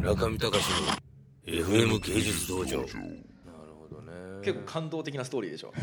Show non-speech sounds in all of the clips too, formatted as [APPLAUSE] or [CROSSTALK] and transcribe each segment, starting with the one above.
中見隆の FM 芸術道場結構感動的なストーリーでしょ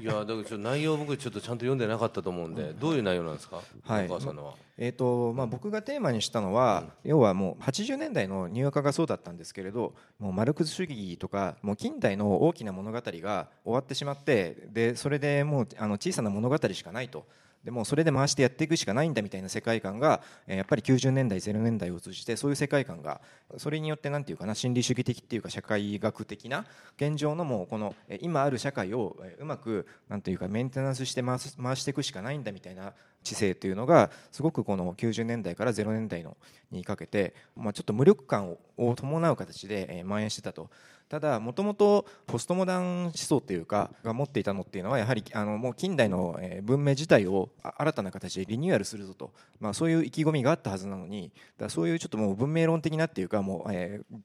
いやだからちょっと内容僕ちょっとちゃんと読んでなかったと思うんでどういう内容なんですか、はいお母さんのは [LAUGHS] えーとまあ、僕がテーマにしたのは、要はもう80年代の入学がそうだったんですけれどもうマルクス主義とかもう近代の大きな物語が終わってしまってでそれでもうあの小さな物語しかないと。でもうそれで回してやっていくしかないんだみたいな世界観がえーやっぱり90年代0年代を通じてそういう世界観がそれによってなんていうかな心理主義的っていうか社会学的な現状のもうこのえー今ある社会をえーうまくなんていうかメンテナンスして回す回していくしかないんだみたいな知性というのがすごくこの90年代から0年代のにかけて、まあ、ちょっと無力感をを伴う形でえー蔓延してたと。ただもともとポストモダン思想っていうかが持っていたのっていうのはやはりあのもう近代のえー文明自体をあ新たな形でリニューアルするぞと、まあ、そういう意気込みがあったはずなのにだからそういうちょっともう文明論的なっていうかもう、えー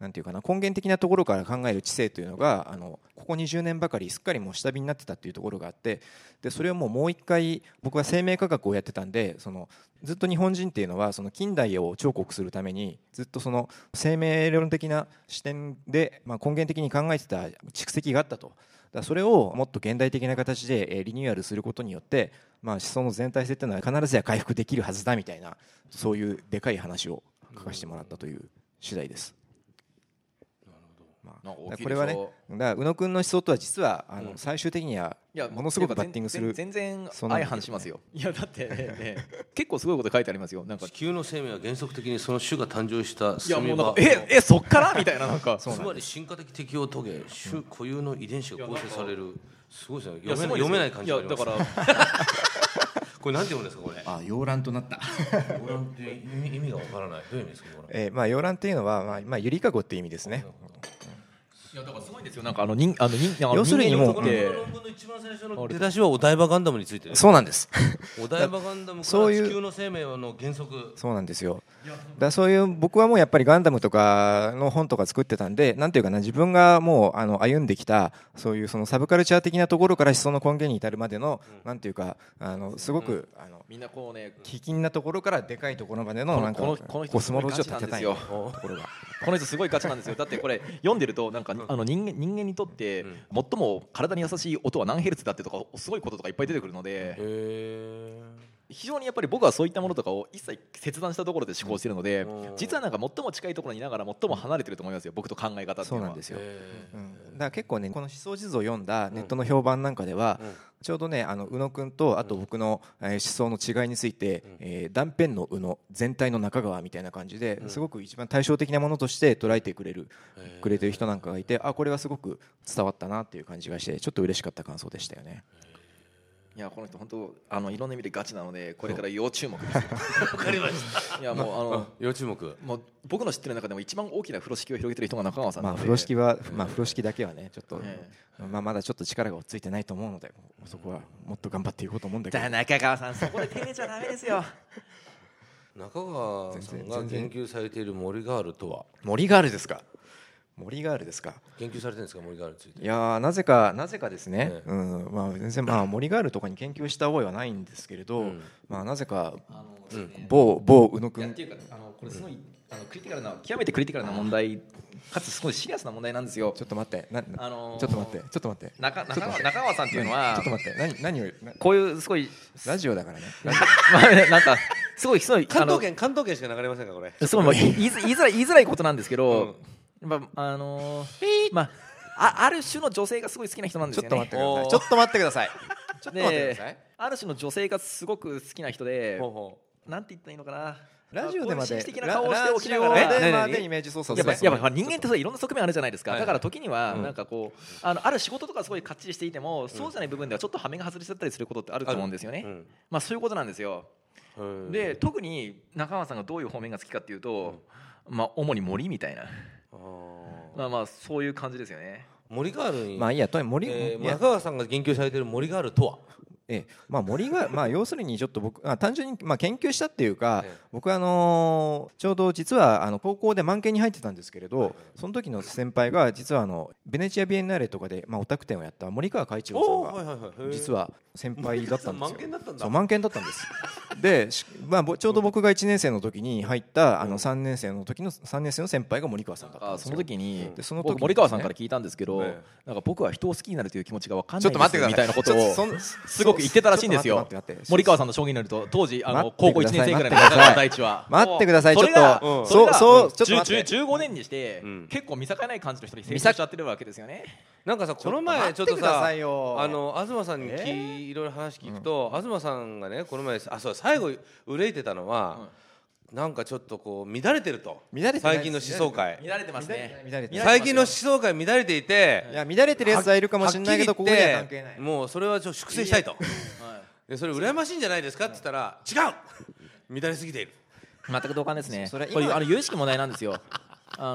なんていうかな根源的なところから考える知性というのがあのここ20年ばかりすっかりもう下火になってたっていうところがあってでそれをもうもう一回僕は生命科学をやってたんでそのずっと日本人っていうのはその近代を彫刻するためにずっとその生命論的な視点で、まあ、根源的に考えてた蓄積があったと。だからそれをもっと現代的な形でえーリニューアルすることによって、まあ、思想の全体性っていうのは必ずや回復できるはずだみたいなそういうでかい話を書かせてもらったという次第です。まあなんか大きいこれはねでしょだから宇野君の思想とは実はあの、うん最終的にはいやものすごくバッティングする全然そうなん全然だけどね相反しますよいやだって、 [LAUGHS] ね、結構すごいこと書いてありますよなんか地球の生命は原則的にその種が誕生したいやもうなんかはええそっからみたいななんかつまり進化的適応を遂げ種固有の遺伝子が構成されるすごいですねいや読めないす読ごめいない感じですよがありますいやだから [LAUGHS] これなんて読むんですかこれあ洋乱となったオランって意味意味がわからないどういう意味ですかこれえーまあ、洋蘭っていうのは、まあまあ、ゆりかごっていう意味ですね。いやだからすごいんですよなんかあの人あの人あの要するにもう人間のとここでの論文の一番最初の出だしはお台場ガンダムについてですそうなんです。 [LAUGHS] お台場ガンダムかそうらいう地球の生命の原則そうなんですよ。だからそういう僕はもうやっぱりガンダムとかの本とか作ってたんで、なんていうかな自分がもうあの歩んできたそういうそのサブカルチャー的なところから思想の根源に至るまでの、なんていうかあのすごく、あのみんなこうね危険なところからでかいところまでこののなんかこのこの人コスモロジーを立てたいなすところが。この人すごいガチなんですよだってこれ読んでるとなんかあの人間人間にとってうん最も体に優しい音は何ヘルツだってとかすごいこととかいっぱい出てくるのでへ非常にやっぱり僕はそういったものとかを一切切断したところで思考してるのでうん実はなんか最も近いところにいながら最も離れてると思いますよ僕と考え方っていそううのなんはですよ。えうんだから結構ねこの思想地図を読んだネットの評判なんかでは、うんちょうどねあの宇野くんとあと僕の、えー思想の違いについて、んえー断片の宇野全体の中川みたいな感じで、うんすごく一番対照的なものとして捉えてくれる、へーくれてる人なんかがいてあこれはすごく伝わったなっていう感じがしてちょっと嬉しかった感想でしたよね。いやこの人本当あのいろんな意味でガチなのでこれから要注目ですよわかりましたいやもうあの要注目もう僕の知ってる中でも一番大きな風呂敷を広げてる人が中川さんまあなので風呂敷は、まあ風呂敷だけはねちょっと、えまあまだちょっと力がついてないと思うのでそこはもっと頑張っていこうと思うんだけど。中川さんそこで手入れちゃダメですよ中川さんが全然研究されている森ガールとは森ガールですか。森ガールですか。研究されてるんですか森ガールについていやーなぜかなぜかですね、ええうんまあ、全然、 [COUGHS] まあ、森ガールとかに研究した覚えはないんですけれど、うんまあ、なぜかあの某某宇野いや君っていうかあのこれすごい、あのクリティカルな極めてクリティカルな問題かつすごいシリアスな問題なんですよちょっと待って、なあのーちょっと待ってちょっと待って中中川中川さんっていうのはちょっと待って何何をなこういうすごい [LAUGHS] ラジオだからねまあなんかすごいすごい関東圏関東圏しか流れませんかこれあのすごいまあ言い言いづ言いづらい言いづらいことなんですけど、やっぱあのーまああある種の女性がすごい好きな人なんですちょよっねと待ってくおださいーちょっと待ってくださいちょっと待ってくださいである種の女性がすごく好きな人でほうほなんて言ったらいいのかなラジオでまこうでいう紳士的なラ顔をしておきながらラジオでま何で々イメージ操作やっぱするやっぱ人間ってそういろんな側面あるじゃないですか、はいだから時にはうんなんかこう、あのある仕事とかすごいかっちりしていても、そうじゃない部分ではちょっと羽目が外れちゃったりすることってあると思うんですよね、ううんまあ、そういうことなんですよ、うんで特に中川さんがどういう方面が好きかっていうと、まあ、主に森みたいな、あまーあ、まあそういう感じですよね森ガールにまあいいやとにかく森、えーいや中川さんが研究されている森ガールとはええまあ、森が、まあ、要するにちょっと僕あ単純に、まあ、研究したっていうか、ええ僕はあのーちょうど実はあの高校で満研に入ってたんですけれどその時の先輩が実はあのベネチア・ビエンナーレとかで、まあ、オタク展をやった森川海一郎さんがはいはいはい実は先輩だったんですよ満研だったんだそう満研だったんですで、しまあ、ぼちょうど僕が1年生の時に入ったあの3年生の時の3年生の先輩が森川さんだったんですよその時に、でその時に僕森川さんから聞いたんですけど、えなんか僕は人を好きになるという気持ちが分かんちなょいっと待ですってくださいみたいちょなことをっとそんすごく言ってたらしいんですちょよっと待って待って待って森川さんの将棋になると当時あの待っ高て校く1ださい年生ぐらい待のってください第一は待ってくださいそれがちょっとそれがそうそうちょっと待10って10 15年にして、うん結構見境ない感じの人に成長しちゃってるわけですよねなんかさこの待前ってちょっとくだささいよあの東さんにき、いろいろ話聞くと、東さんがねこの前あそう最後憂いてたのは、なんかちょっとこう乱れてると乱れてない最近の思想見界られてますね乱れてない最近の思想界乱れていて、いや乱れてるやつはいるかもしれないけどはっこきこりに言っはて関係ないもうそれはちょっと粛清したいとはいでそれ羨ましいんじゃないですかって言ったら違う乱れすぎている全く同感ですねそそれ今これあの有識問題なんですよ あ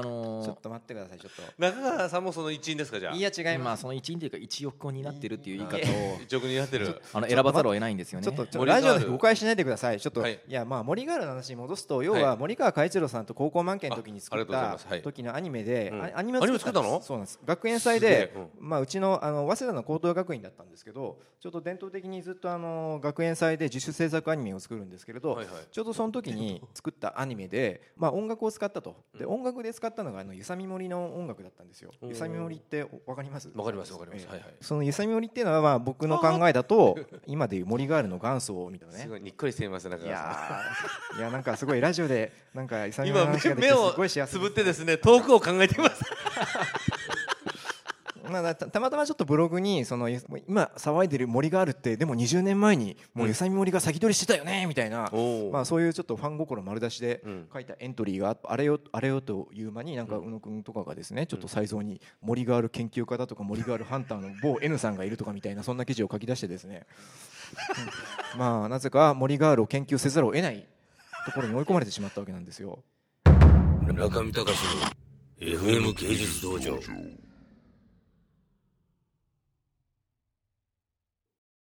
[LAUGHS] のーちょっと待ってくださいちょっと中川さんもその一員ですかじゃあいや違いまあますその一員というか一翼を担ってるっていう言い方を一億になってるあの選ばざるを得ないんですよねちょっとちょっと森川ラジオで誤解しないでくださいちょっと、はいい、やまあ森川の話に戻すと要ははい森川海一郎さんと高校満研の時に作ああっりがとうございたますはい時のアニメで、うんあアニメアニメ作ったのんですそうなんです学園祭すでげえまあうちのあの早稲田の高等学院だったんですけどちょっと伝統的にずっとあの学園祭で自主制作アニメを作るんですけれど、はいはいちょうどその時に作ったアニメで、 [LAUGHS] まあ、音楽を使ったとで音楽で使ったのがあのゆさみ森の音楽だったんですよおーゆさみ森っておわかりますわかりますわかりますええはいはいそのゆさみ森っていうのはまあ僕の考えだ [LAUGHS] と今でいう森ガールの元祖みたいなすねごいにっこりしています中い川さやーいやなんかすごいラジオでなんかゆさんみ森今の話ができ目てすをごい幸つせぶってですね遠くを考えていますまあだたたまたまちょっとブログにそのゆもう今騒いでる森ガールってでも20年前にもうゆさみ森が先取りしてたよねみたいなおーまあそういうちょっとファン心丸出しでうん書いたエントリーがあっあれよあれよという間になんか宇野くんとかがですねちょっと才蔵に森ガール研究家だとか森ガールハンターの某 [LAUGHS] N さんがいるとかみたいなそんな記事を書き出してですね [LAUGHS] うんまあなぜか森ガールを研究せざるを得ないところに追い込まれてしまったわけなんですよ。中見隆の FM 芸術道場